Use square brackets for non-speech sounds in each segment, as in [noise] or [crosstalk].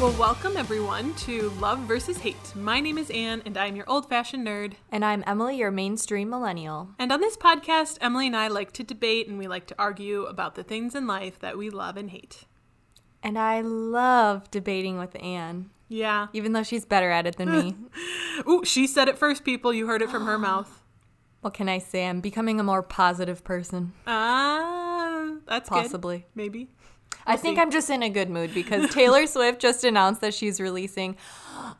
Well, welcome everyone to Love versus Hate. My name is Anne, and I'm your old fashioned nerd. And I'm Emily, your mainstream millennial. And on this podcast, Emily and I like to debate and we like to argue about the things in life that we love and hate. And I love debating with Anne, Yeah. even though she's better at it than me. Ooh, she said it first, people. You heard it from [gasps] her mouth. What can I say? I'm becoming a more positive person, Ah, that's good. possibly. Maybe. I think I'm just in a good mood because Taylor Swift just announced that she's releasing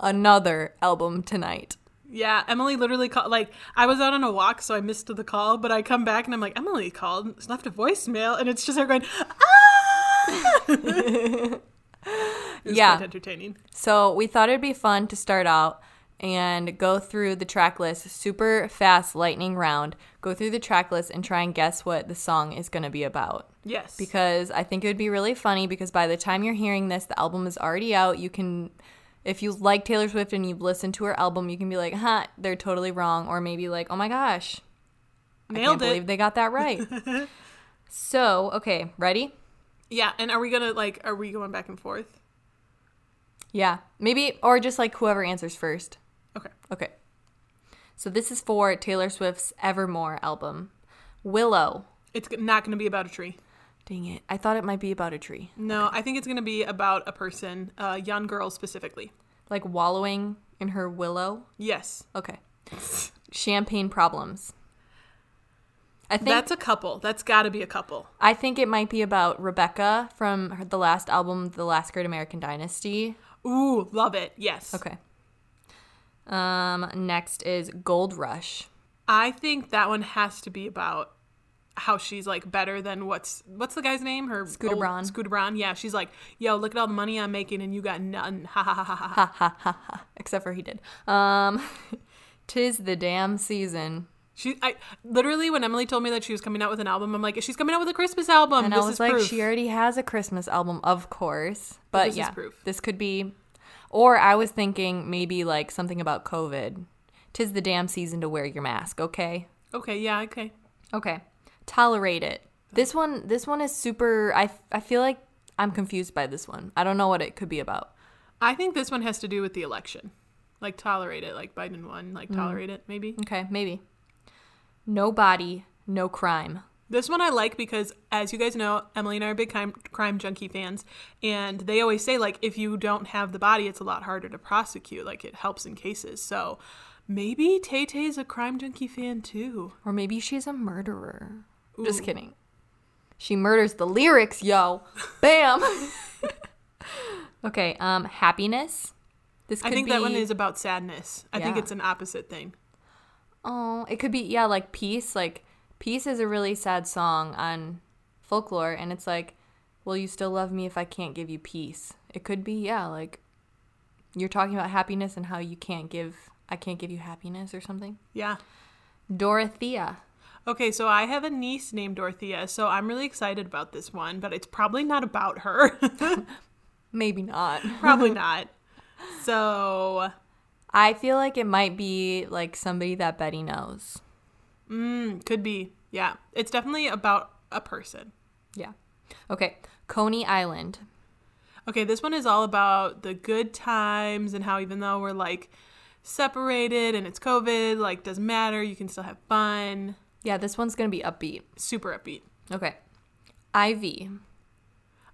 another album tonight. Yeah, Emily literally called. Like, I was out on a walk, so I missed the call, but I come back and I'm like, Emily called, and left a voicemail, and it's just her going, [laughs] [laughs] ah! It was Yeah. quite entertaining. So we thought it'd be fun to start out and go through the track list super fast, lightning round. Go through the track list and try and guess what the song is going to be about. Yes. because I think it would be really funny because by the time you're hearing this, the album is already out. You can, if you like Taylor Swift and you've listened to her album, you can be like, huh, they're totally wrong. Or maybe like, oh my gosh, I Nailed can't believe it. they got [laughs] that right. so, okay, ready? Yeah, and are we gonna like are we going back and forth? Yeah. Maybe, or just like whoever answers first. Okay. Okay. So this is for Taylor Swift's Evermore album. Willow. It's g- not gonna be about a tree. Dang it. I thought it might be about a tree. No, I think it's gonna be about a person, a young girl specifically. Like wallowing in her willow. Yes. Okay. Champagne problems. I think That's a couple. That's gotta be a couple. I think it might be about Rebecca from her, the last album, The Last Great American Dynasty. Ooh, love it. Yes. Okay. Um, next is Gold Rush. I think that one has to be about how she's like better than what's what's the guy's name? Her Scooter old- Braun. Scooter Braun. Yeah, she's like, yo, look at all the money I'm making and you got none. [laughs] Ha ha ha ha ha. Except for he did. Um, [laughs] tis the damn season. She, I literally when Emily told me that she was coming out with an album, I'm like, she's coming out with a Christmas album. And Um, this I was is like, proof. she already has a Christmas album, of course. But this is yeah, proof. this could be. Or I was thinking maybe like something about COVID. Tis the damn season to wear your mask, okay? okay, yeah, okay. Okay. Tolerate it. This one this one is super I I feel like I'm confused by this one. I don't know what it could be about. I think this one has to do with the election. Like tolerate it, like Biden won, like Mm. tolerate it, maybe. Okay, maybe. No body, no crime. This one I like because as you guys know, Emily and I are big crime, crime junkie fans and they always say like if you don't have the body, it's a lot harder to prosecute, like it helps in cases. So maybe Tay Tay's a crime junkie fan too. Or maybe she's a murderer. Just kidding. She murders the lyrics, yo. [laughs] Bam. [laughs] okay, um happiness. This could I think be that one is about sadness. I think Yeah. it's an opposite thing. Oh, it could be yeah, like peace. Like peace is a really sad song on folklore, and it's like, will you still love me if I can't give you peace? It could be yeah, like you're talking about happiness and how you can't give I can't give you happiness or something. Yeah. Dorothea. Okay, so I have a niece named Dorothea, so I'm really excited about this one, but it's probably not about her. [laughs] Maybe not. [laughs] probably not. So I feel like it might be like somebody that Betty knows. Mm, could be. Yeah. It's definitely about a person. Yeah. Okay. Coney Island. Okay, this one is all about the good times and how even though we're like separated and it's COVID, like doesn't matter, you can still have fun. Yeah, this one's gonna be upbeat. Super upbeat. Okay. Ivy.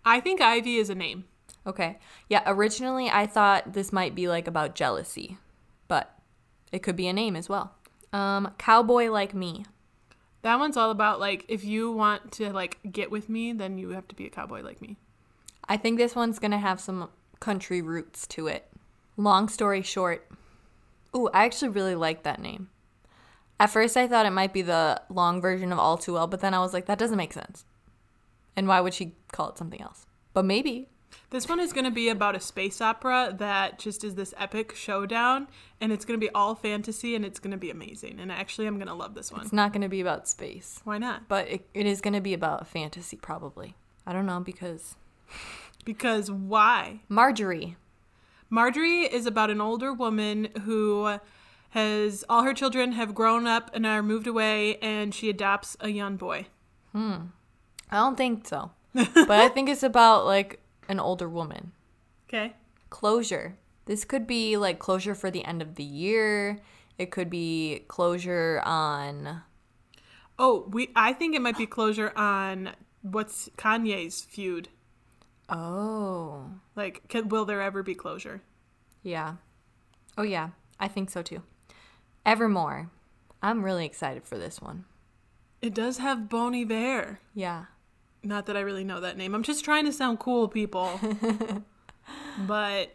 I think Ivy is a name. Okay. Yeah, originally I thought this might be like about jealousy, but it could be a name as well. Um, cowboy like me. That one's all about like if you want to like get with me, then you have to be a cowboy like me. I think this one's gonna have some country roots to it. Long story short. Ooh, I actually really like that name. At first I thought it might be the long version of All Too Well, but then I was like, that doesn't make sense. And why would she call it something else? But maybe. This one is going to be about a space opera that just is this epic showdown and it's going to be all fantasy and it's going to be amazing. And actually I'm going to love this one. It's not gonna be about space. Why not? But it, it is gonna be about fantasy, probably. I don't know, because Because why? Marjorie. Marjorie is about an older woman who has all her children have grown up and are moved away, and she adopts a young boy. I don't think so. but I think it's about like an older woman. Okay. closure. This could be like closure for the end of the year. It could be closure on Oh, we. I think it might be closure on what's Kanye's feud. oh, Like, can, will there ever be closure? yeah. Oh yeah, I think so too. Evermore. I'm really excited for this one. It does have Bon Iver. Yeah. Not that I really know that name. I'm just trying to sound cool, [laughs] people. but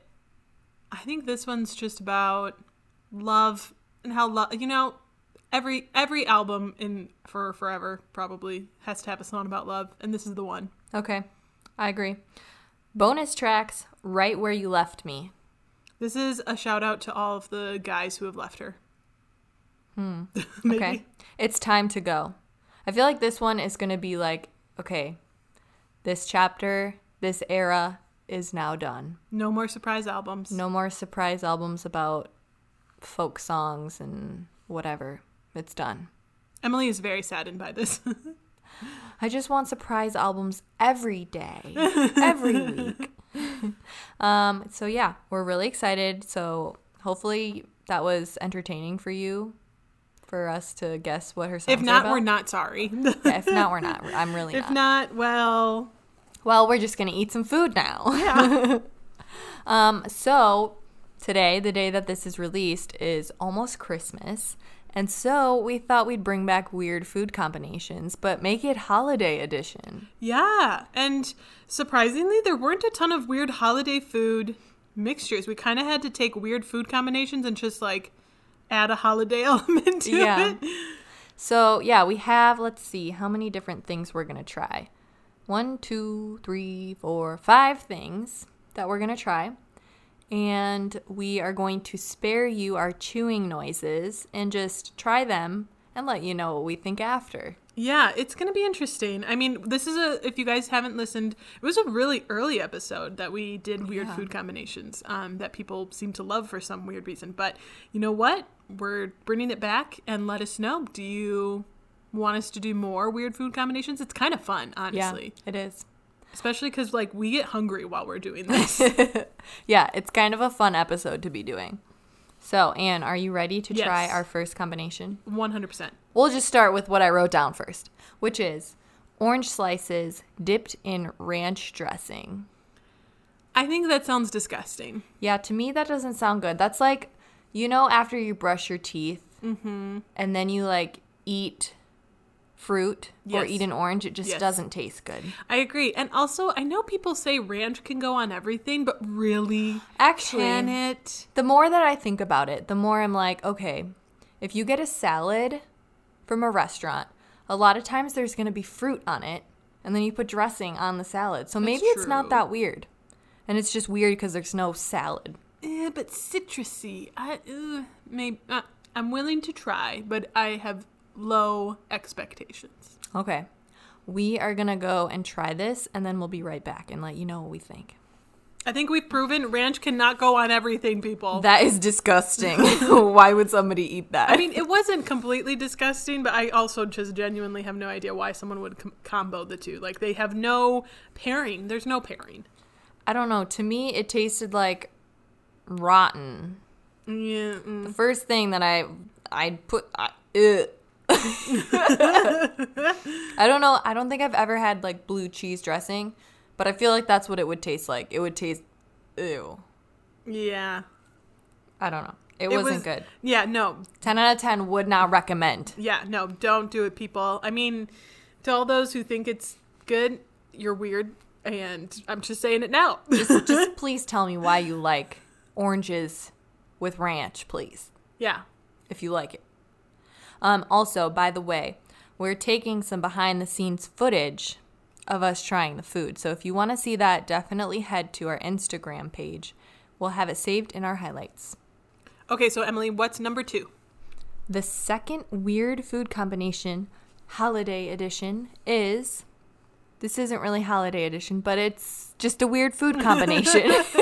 I think this one's just about love and how love. You know, every every album in for forever probably has to have a song about love, and this is the one. Okay. I agree. Bonus tracks Right Where You Left Me. This is a shout out to all of the guys who have left her. [laughs] Hmm. Okay. It's time to go. I feel like this one is going to be like, okay, this chapter, this era is now done. No more surprise albums. No more surprise albums about folk songs and whatever. It's done. Emily is very saddened by this. I just want surprise albums [laughs] every day, every week. um, so yeah, we're really excited. So hopefully that was entertaining for you, for us to guess what her songs if not, are about. we're not [laughs] sorry. Yeah, if not, [laughs] we're not. I'm really if not. not, well, Well, we're just gonna eat some food now. [laughs] um, so today, the day that this is released, is almost Christmas. And so we thought we'd bring back weird food combinations, but make it holiday edition. yeah. And surprisingly, there weren't a ton of weird holiday food mixtures. We kind of had to take weird food combinations and just like add a holiday [laughs] element to Yeah. it. So, yeah, we have, let's see, how many different things we're going to try. One, two, three, four, five things that we're going to try. And we are going to spare you our chewing noises and just try them and let you know what we think after. Yeah, it's going to be interesting. I mean, this is a, if you guys haven't listened, it was a really early episode that we did weird Yeah. food combinations um, that people seem to love for some weird reason. But you know what? We're bringing it back and let us know. Do you want us to do more weird food combinations? It's kind of fun, honestly. Yeah, it is. Especially because, like, we get hungry while we're doing this. Yeah, it's kind of a fun episode to be doing. So, Anne, are you ready to try Yes. our first combination? 100%. We'll just start with what I wrote down first, which is orange slices dipped in ranch dressing. I think that sounds disgusting. Yeah, to me that doesn't sound good. That's like, you know, after you brush your teeth Mm-hmm. and then you like eat fruit or Yes. eat an orange, it just Yes. doesn't taste good. I agree. And also, I know people say ranch can go on everything, but really? Actually, Can it? the more that I think about it, the more I'm like, okay, if you get a salad from a restaurant, a lot of times there's going to be fruit on it, and then you put dressing on the salad. So maybe it's not true. that weird. And it's just weird because there's no salad. Eh, but citrusy. I uh, maybe uh, I'm willing to try, but I have low expectations. Okay. We are going to go and try this, and then we'll be right back and let you know what we think. I think we've proven ranch cannot go on everything, people. That is disgusting. [laughs] why would somebody eat that? Oh. I mean, it wasn't completely disgusting, but I also just genuinely have no idea why someone would com- combo the two. Like they have no pairing. There's no pairing. I don't know. To me, it tasted like rotten. Yeah. mm. The first thing that I I put I, ugh. [laughs] I don't know. I don't think I've ever had like blue cheese dressing, but I feel like that's what it would taste like. It would taste ew. Yeah. I don't know. It, It wasn't was- good. Yeah. No. 10 out of 10 would not recommend. Yeah. No. Don't do it, people. I mean, to all those who think it's good, you're weird, and I'm just saying it now. [laughs] Just, just please tell me why you like oranges with ranch, please. yeah. if you like it. Um, also, by the way, we're taking some behind the scenes footage of us trying the food. So if you want to see that, definitely head to our Instagram page. We'll have it saved in our highlights. Okay, so Emily, what's number two? The second weird food combination, holiday edition, is this isn't really holiday edition, but it's just a weird food [laughs] combination [laughs]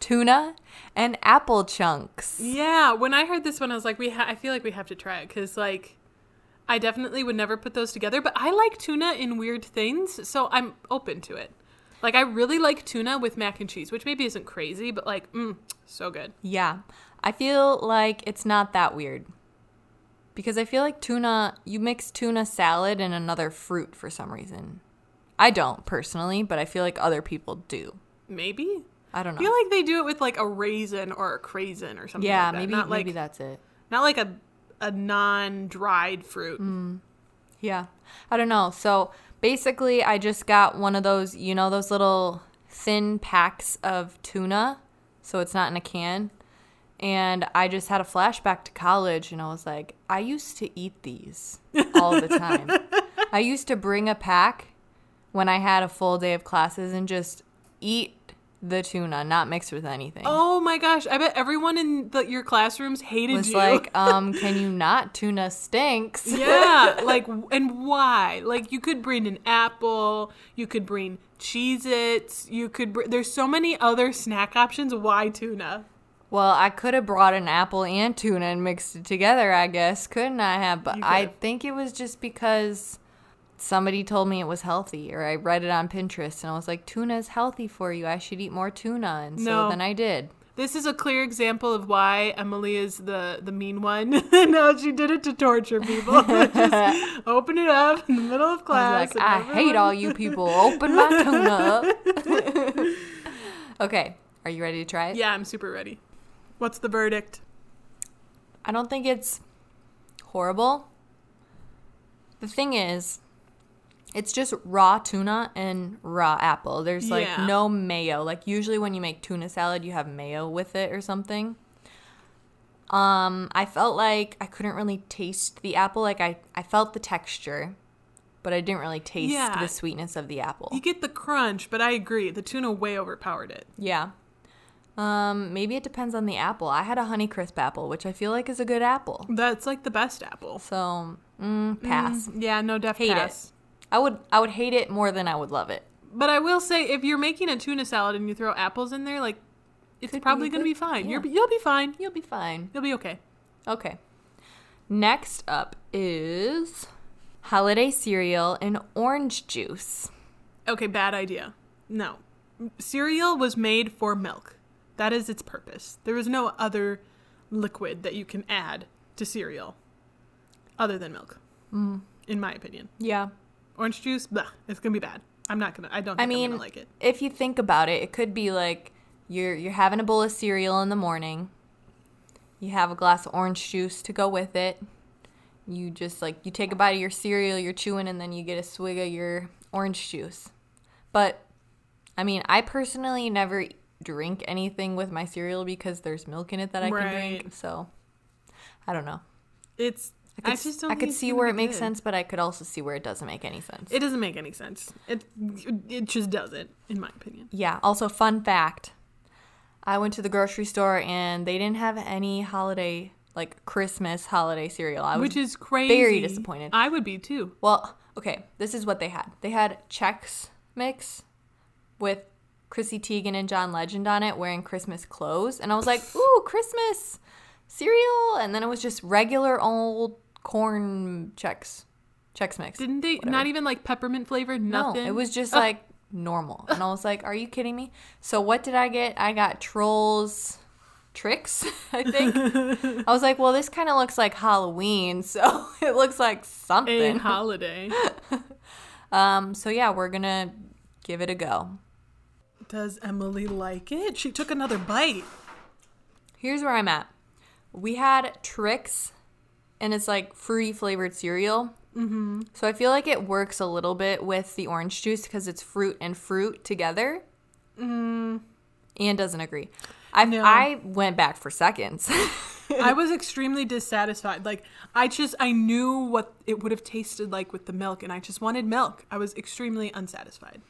tuna and apple chunks. Yeah, when I heard this one, I was like, we. Ha- I feel like we have to try it because, like, I definitely would never put those together. But I like tuna in weird things, so I'm open to it. Like I really like tuna with mac and cheese, which maybe isn't crazy, but like, mm, so good. Yeah. I feel like it's not that weird. Because I feel like tuna, you mix tuna salad and another fruit for some reason. I don't personally, but I feel like other people do. Maybe I I don't know. feel like they do it with like a raisin or a craisin or something. yeah, like that. maybe not like maybe that's it. not like a a non-dried fruit. Mm. Yeah. I don't know. So basically, I just got one of those, you know, those little thin packs of tuna. So it's not in a can. And I just had a flashback to college and I was like, I used to eat these all [laughs] the time. I used to bring a pack when I had a full day of classes and just eat the tuna, not mixed with anything. Oh my gosh! I bet everyone in the, your classrooms hated was you. like, um, can you not? [laughs] Tuna stinks. yeah, like and why? Like you could bring an apple, you could bring Cheez-Its, you could br- there's so many other snack options, why tuna? Well, I could have brought an apple and tuna and mixed it together, I guess, couldn't I have? But You I could've. think it was just because somebody told me it was healthy, or I read it on Pinterest and I was like, tuna is healthy for you. I should eat more tuna. And No. so then [laughs] I did. This is a clear example of why Emily is the the mean one. [laughs] no, she did it to torture [laughs] people. [laughs] Just open it up in the middle of I class. was like, I and hate all you people. Open my tuna up. [laughs] [laughs] okay. Are you ready to try it? Yeah, I'm super ready. What's the verdict? I don't think it's horrible. The thing is, it's just raw tuna and raw apple. There's like Yeah. no mayo. Like usually when you make tuna salad, you have mayo with it or something. Um, I felt like I couldn't really taste the apple. Like I, I felt the texture, but I didn't really taste Yeah. the sweetness of the apple. You get the crunch, but I agree, the tuna way overpowered it. yeah. Um, maybe it depends on the apple. I had a Honeycrisp apple, which I feel like is a good apple. That's like the best apple. Mm-hmm. So, mm, pass. Yeah, no def Hate it. pass. I would I would hate it more than I would love it. But I will say, if you're making a tuna salad and you throw apples in there, like it's Could be probably good. going to be fine. You're, Yeah. you'll be fine. You'll be fine. You'll be okay. Okay. Next up is holiday cereal and orange juice. Okay, bad idea. No, cereal was made for milk. That is its purpose. There is no other liquid that you can add to cereal other than milk, Mm. in my opinion. Yeah. Orange juice, blah, it's going to be bad. I'm not going to. I don't. I Think I am mean, gonna like it. if you think about it, it could be like you're you're having a bowl of cereal in the morning. You have a glass of orange juice to go with it. You just like you take a bite of your cereal, you're chewing, and then you get a swig of your orange juice. But I mean, I personally never drink anything with my cereal because there's milk in it that I can drink. Right. So I don't know. It's. I I, could, just don't. I think could it's see gonna where be it makes good. sense, but I could also see where it doesn't make any sense. It doesn't make any sense. It it just doesn't, in my opinion. Yeah. Also, fun fact I went to the grocery store and they didn't have any holiday, like Christmas holiday cereal. I was, Which is crazy. Oh, very disappointed. I would be too. well, okay, this is what they had they had Chex Mix with Chrissy Teigen and John Legend on it wearing Christmas clothes. And I was like, ooh, Christmas cereal. And then it was just regular old corn Chex, Chex Mix. Didn't they? Not even like peppermint flavor. Nothing. No, it was just like normal. And I was like, are you kidding me? So what did I get? I got trolls tricks, [laughs] I think. I was like, well, this kind of looks like Halloween, so [laughs] it looks like a [laughs] something. holiday. Um, so yeah, we're going to give it a go. Does Emily like it? She took another bite. Here's where I'm at. We had tricks and it's like fruity flavored cereal. Mm-hmm. So I feel like it works a little bit with the orange juice because it's fruit and fruit together. Mm. Anne doesn't agree. I No. I went back for seconds. [laughs] I was extremely dissatisfied. Like I just I knew what it would have tasted like with the milk, and I just wanted milk. I was extremely unsatisfied.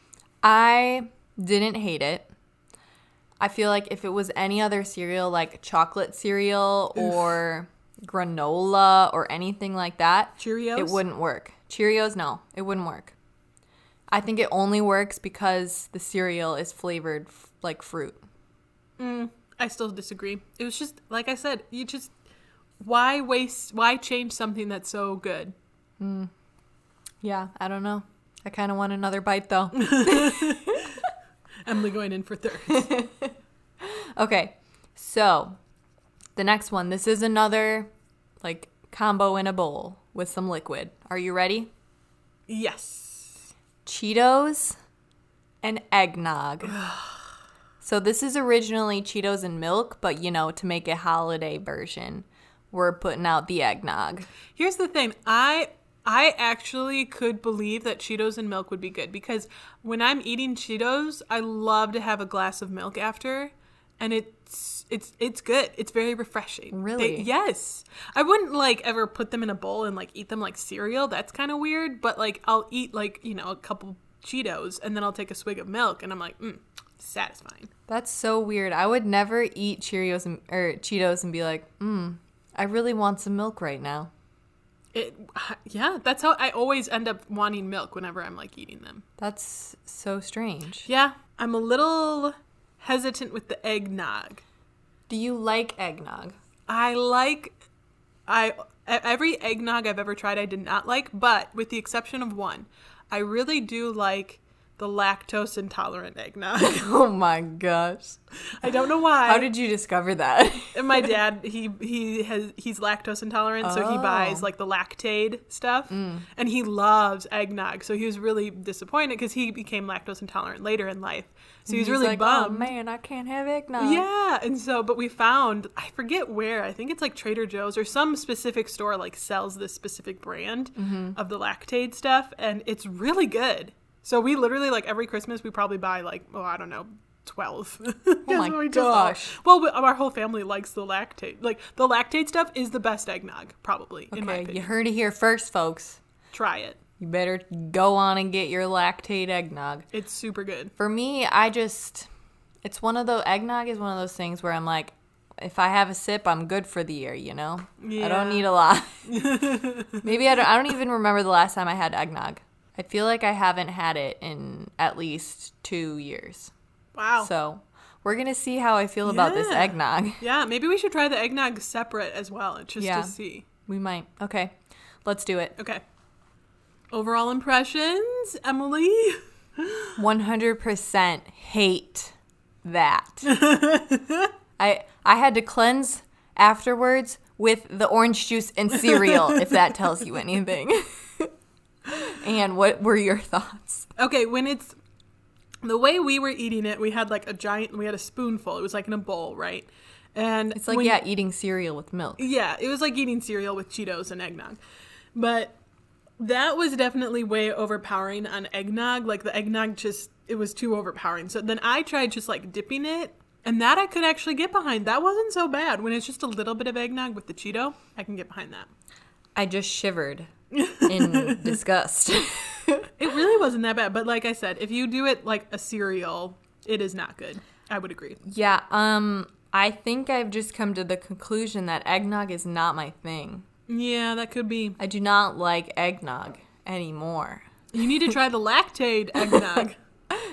I didn't hate it. I feel like if it was any other cereal, like chocolate cereal or granola or anything like that, Cheerios? it wouldn't work. Cheerios, no, it wouldn't work. I think it only works because the cereal is flavored f- like fruit. I still disagree. It was just like I said. You just why waste? Why change something that's so good? Yeah, I don't know. I kind of want another bite though. Emily going in for [laughs] third. Okay, so the next one. This is another like combo in a bowl with some liquid. Are you ready? yes. Cheetos and eggnog. so this is originally Cheetos and milk, but you know, to make a holiday version, we're putting out the eggnog. Here's the thing. I I actually could believe that Cheetos and milk would be good because when I'm eating Cheetos, I love to have a glass of milk after and it's it's it's good. It's very refreshing. They- Really? yes. I wouldn't like ever put them in a bowl and like eat them like cereal. That's kind of weird, but like I'll eat like, you know, a couple Cheetos and then I'll take a swig of milk and I'm like, mm, satisfying. That's so weird. I would never eat Cheerios and, or Cheetos and be like, mm, I really want some milk right now. It yeah, that's how I always end up wanting milk whenever I'm like eating them. That's so strange. Yeah, I'm a little hesitant with the eggnog. Do you like eggnog? [laughs] I like I e- every eggnog I've ever tried I did not like, but with the exception of one, I really do like the lactose intolerant eggnog. [laughs] Oh my gosh. I don't know why. How did you discover that? [laughs] And my dad he he has he's lactose intolerant so he Oh. Mm. buys like the lactaid stuff and he loves eggnog so he was really disappointed because he became lactose intolerant later in life so he was He's really like, Oh bummed man, I can't have eggnog. yeah and so but we found i forget where i think it's like trader joe's or some specific store like sells this specific brand Mm-hmm. of the lactaid stuff and it's really good so we literally like every christmas we probably buy like oh i don't know [laughs] 12 oh my gosh. well we, our whole family likes the lactate like the lactate stuff is the best eggnog probably in my Okay, you opinion heard it here first, folks. try it You better go on and get your lactate eggnog. it's super good For me, I just it's one of those eggnog is one of those things where I'm like, if I have a sip, I'm good for the year, you know? I Yeah. don't need a lot. [laughs] Maybe I don't I don't even remember the last time I had eggnog. I feel like I haven't had it in at least two years. wow So we're gonna see how I feel about this Yeah. eggnog. yeah maybe we should try the eggnog separate as well just Yeah. to see We might. Okay. Let's do it. Okay. Overall impressions, Emily? [laughs] 100% hate that. I I had to cleanse afterwards with the orange juice and cereal if that tells you anything. [laughs] and what were your thoughts? Okay, when it's the way we were eating it, we had like a giant, we had a spoonful. It was like in a bowl, right? And It's like when- yeah, eating cereal with milk. Yeah, it was like eating cereal with Cheetos and eggnog. But that was definitely way overpowering on eggnog. Like the eggnog just, it was too overpowering. So then I tried just like dipping it, and that I could actually get behind. That wasn't so bad. When it's just a little bit of eggnog with the Cheeto, I can get behind that. I just shivered in disgust. [laughs] It really wasn't that bad, but like I said, if you do it like a cereal, it is not good. I would agree. Yeah, um I think I've just come to the conclusion that eggnog is not my thing. Yeah, that could be. I do not like eggnog anymore. You need to try the [laughs] lactaid eggnog.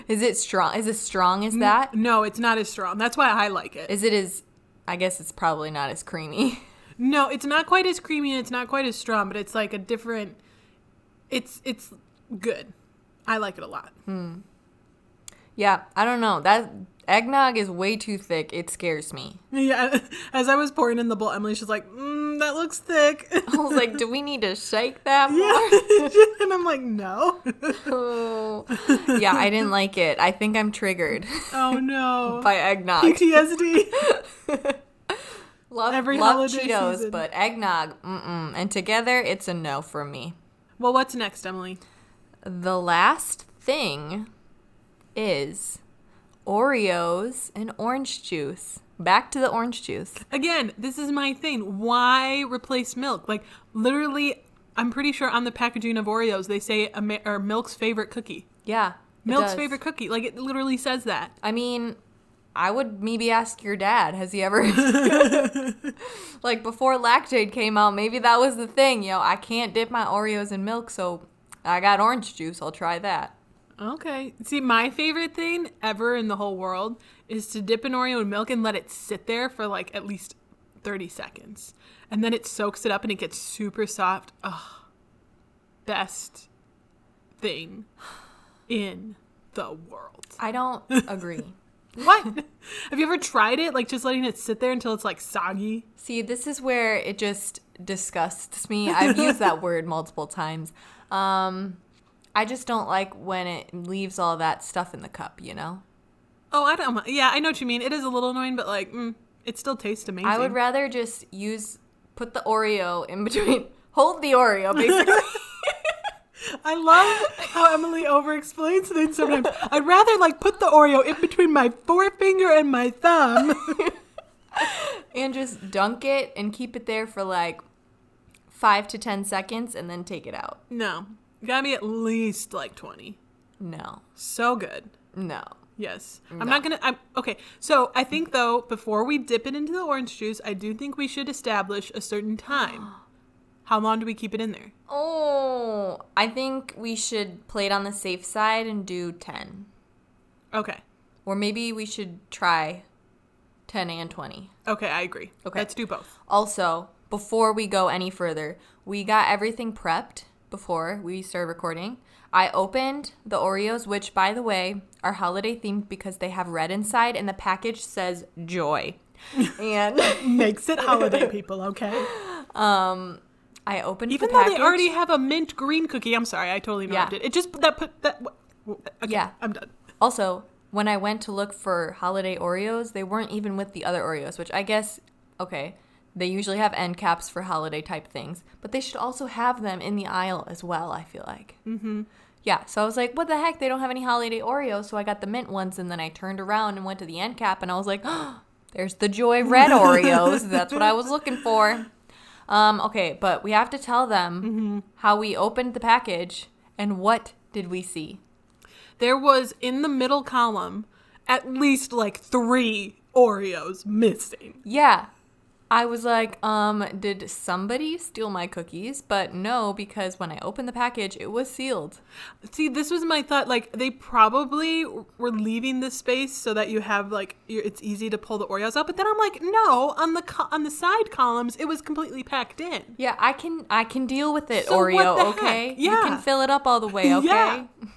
Is it strong? Is it strong as that? No, it's not as strong. That's why I like it. Is it as? I guess it's probably not as creamy. [laughs] No, it's not quite as creamy and it's not quite as strong, but it's like a different. It's it's good. I like it a lot. yeah, I don't know. That eggnog is way too thick. It scares me. [laughs] Yeah, [laughs] as I was pouring in the bowl, Emily, she's like, mm, "That looks thick," [laughs] I was like, do we need to shake that more? [laughs] and I'm like, "No, Oh. yeah, I didn't like it. I think I'm triggered [laughs] oh [laughs] no, by [laughs] eggnog. PTSD." Love, Every love holiday Cheetos, season. but eggnog, mm-mm. And together, it's a no from me. well, what's next, Emily? The last thing is Oreos and orange juice. Back to the orange juice. Again, this is my thing. Why replace milk? Like literally, I'm pretty sure on the packaging of Oreos they say Amer- or milk's favorite cookie. Yeah. it Milk's does. favorite cookie. Like it literally says that. I mean, I would maybe ask your dad, has he [laughs] ever like before lactate came out, maybe that was the thing, yo, I can't dip my Oreos in milk, so I got orange juice, I'll try that. Okay. See, my favorite thing ever in the whole world is to dip an Oreo in milk and let it sit there for like at least 30 seconds. And then it soaks it up and it gets super soft. Ugh. Best thing in the the world. I [laughs] don't agree. What? [laughs] Have you ever tried it? Like just letting it sit there until it's like soggy? See, this is where it just disgusts me. I've used [laughs] that word multiple times. Um, I just don't like when it leaves all that stuff in the cup, you know? Oh, I don't. Yeah, I know what you mean. It is a little annoying, but like, mm, it still tastes amazing. I would rather just use, put the Oreo in between, [laughs] hold the Oreo, basically. I love how Emily over explains things sometimes. I'd rather like put the Oreo in between my forefinger and my thumb. [laughs] and just dunk it and keep it there for like five to 10 seconds and then take it out. No, gotta be at least like 20. No, So good. no. Yes. I'm not going to. Okay. So I think, though, before we dip it into the orange juice, I do think we should establish a certain [gasps] time. How long do we keep it in there? Oh, I think we should play it on the safe side and do 10. Okay. Or maybe we should try 10 and 20. Okay. I agree. Okay. Let's do both. Also, before we go any further, we got everything prepped before we started recording. I opened the Oreos, which, by the way, are holiday themed because they have red inside and the package says joy. and [laughs] Makes it holiday, people. [laughs] Okay. I opened Even the though package. they already have a mint green cookie. I'm sorry. I totally Yeah. nabbed it. It just that put that. wh- Okay, Yeah. I'm done. Also, when I went to look for holiday Oreos, they weren't even with the other Oreos, which I guess, okay, they usually have end caps for holiday type things, but they should also have them in the aisle as well, I feel like. Mm-hmm. Yeah, so I was like, what the heck? They don't have any holiday Oreos, so I got the mint ones, and then I turned around and went to the end cap, and I was like, oh, there's the Joy Red Oreos. That's what I was looking for. Um, okay, but we have to tell them how we opened the package and what did we see. There was in the middle column at least like three Oreos missing. Yeah. I was like, um, did somebody steal my cookies? But no, because when I opened the package, it was sealed. See, this was my thought. Like they probably were leaving this space so that you have like you it's easy to pull the Oreos out. But then I'm like, no, on the co- on the side columns, it was completely packed in. Yeah, I can I can deal with it, So what Oreo, the heck? okay? You Yeah. can fill it up all the way, okay? [laughs] Yeah.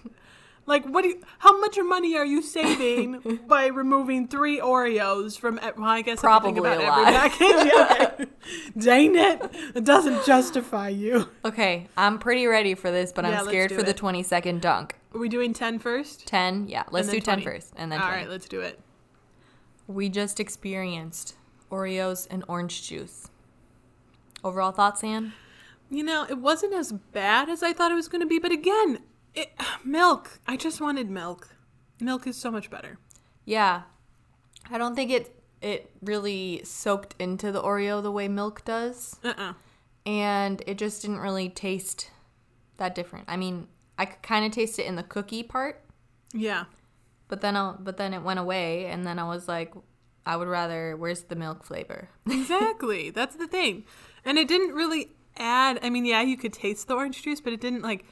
Like, what? Do you, how much money are you [laughs] saving by removing three Oreos from? e- Well, I guess Probably if you think about a every lot. package. yeah, okay. [laughs] Dang it! It doesn't justify you. Okay, I'm pretty ready for this, but Yeah, I'm let's scared do for the it. 20 second dunk. Are we doing 10 first? 10, yeah, let's then do 10 20. first. And then All 20. right, let's do it. We just experienced Oreos and orange juice. Overall thoughts, Anne? You know, it wasn't as bad as I thought it was going to be, but again, it, milk. I just wanted milk. Milk is so much better. Yeah. I don't think it it really soaked into the Oreo the way milk does. Uh uh and it just didn't really taste that different. I mean, I could kind of taste it in the cookie part, Yeah. but then I, but then it went away, and then I was like, I would rather. Where's the milk flavor? [laughs] Exactly. That's the thing. And it didn't really add. I mean, yeah, you could taste the orange juice, but it didn't like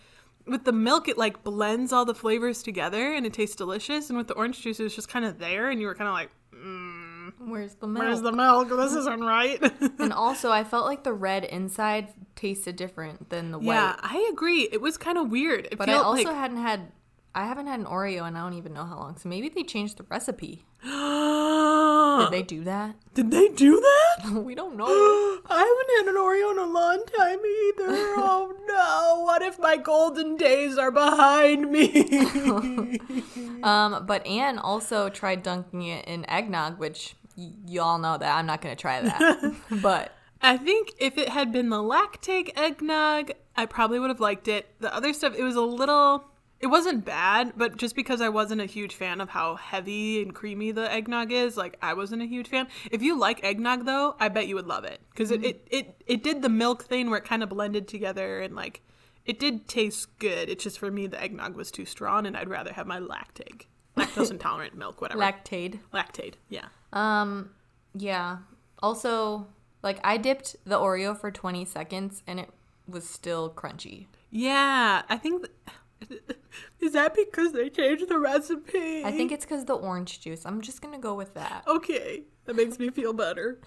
with the milk it like blends all the flavors together and it tastes delicious and with the orange juice it was just kind of there and you were kind of like mm, Where's the milk? where's the milk this isn't right [laughs] [laughs] and also, I felt like the red inside tasted different than the white. yeah i agree it was kind of weird it but I felt also like hadn't had. I haven't had an Oreo, and I don't even know how long. So maybe they changed the recipe. Did they do that? [gasps] [laughs] did they do that [gasps] we don't know. I haven't had an Oreo in a long time [laughs] either. Oh no! What if my golden days are behind me? [laughs] Um, but Anne also tried dunking it in eggnog, which y- y'all know that I'm not gonna [laughs] try that. but I think if it had been the lactate eggnog, I probably would have liked it. The other stuff, it was a little. It wasn't bad, but just because I wasn't a huge fan of how heavy and creamy the eggnog is, like I wasn't a huge fan. If you like eggnog though, I bet you would love it because it, it it it did the milk thing where it kind of blended together and like it did taste good. It's just for me the eggnog was too strong, and I'd rather have my lactate, lactose intolerant milk, whatever. lactaid. lactate, yeah. Um, yeah. Also, like I dipped the Oreo for 20 seconds and it was still crunchy. Yeah, I think. Th- [laughs] is that because they changed the recipe? I think it's because the orange juice. I'm just gonna go with that. Okay, that makes me feel better.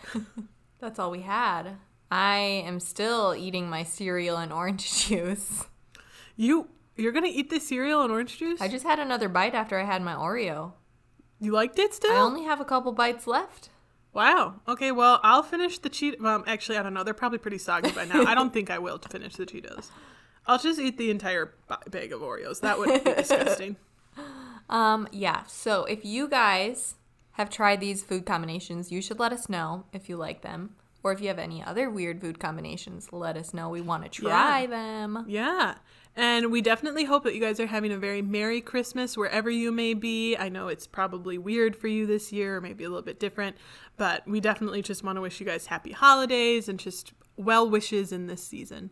That's all we had. I am still eating my cereal and orange [laughs] juice. You You're gonna eat this cereal and orange juice? I just had another bite after I had my Oreo. you liked it still? I only have a couple bites left. Wow. Okay. Well, I'll finish the cheat. Um, actually, I don't know. They're probably pretty soggy by now. I don't think I will finish the Cheetos. I'll just eat the entire ba- bag of Oreos. That would [laughs] be disgusting. Um, yeah. So if you guys have tried these food combinations, you should let us know if you like them. Or if you have any other weird food combinations, let us know. We want to try Yeah. them. Yeah. And we definitely hope that you guys are having a very Merry Christmas wherever you may be. I know it's probably weird for you this year, or maybe a little bit different, but we definitely just want to wish you guys happy holidays and just well wishes in this season.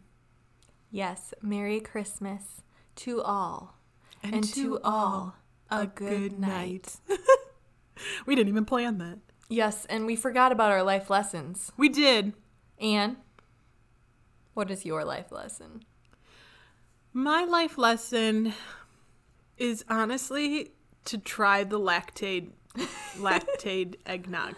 Yes, Merry Christmas to all. And And, to to all, a good, night. We didn't even plan that. Yes, and we forgot about our life lessons. We did. Anne, what is your life lesson? My life lesson is honestly to try the lactate [laughs] lactate eggnog.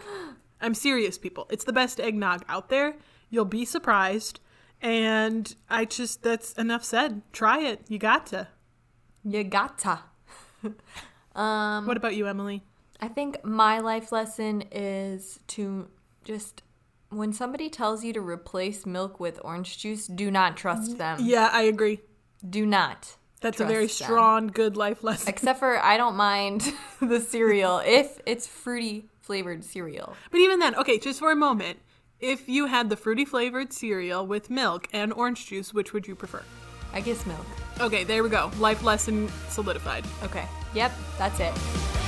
I'm serious, people. It's the best eggnog out there. You'll be surprised. And I just that's enough said. Try it. You got to. You gotta. um, What about you, Emily? I think my life lesson is to just when somebody tells you to replace milk with orange juice, do not trust them. Yeah, I agree. Do not. That's a trust very them. strong, good life lesson. Except for I don't mind [laughs] the cereal if it's fruity flavored cereal. But even then, okay, just for a moment, if you had the fruity flavored cereal with milk and orange juice, which would you prefer? I guess milk. Okay, there we go. Life lesson solidified. Okay. Yep, that's it.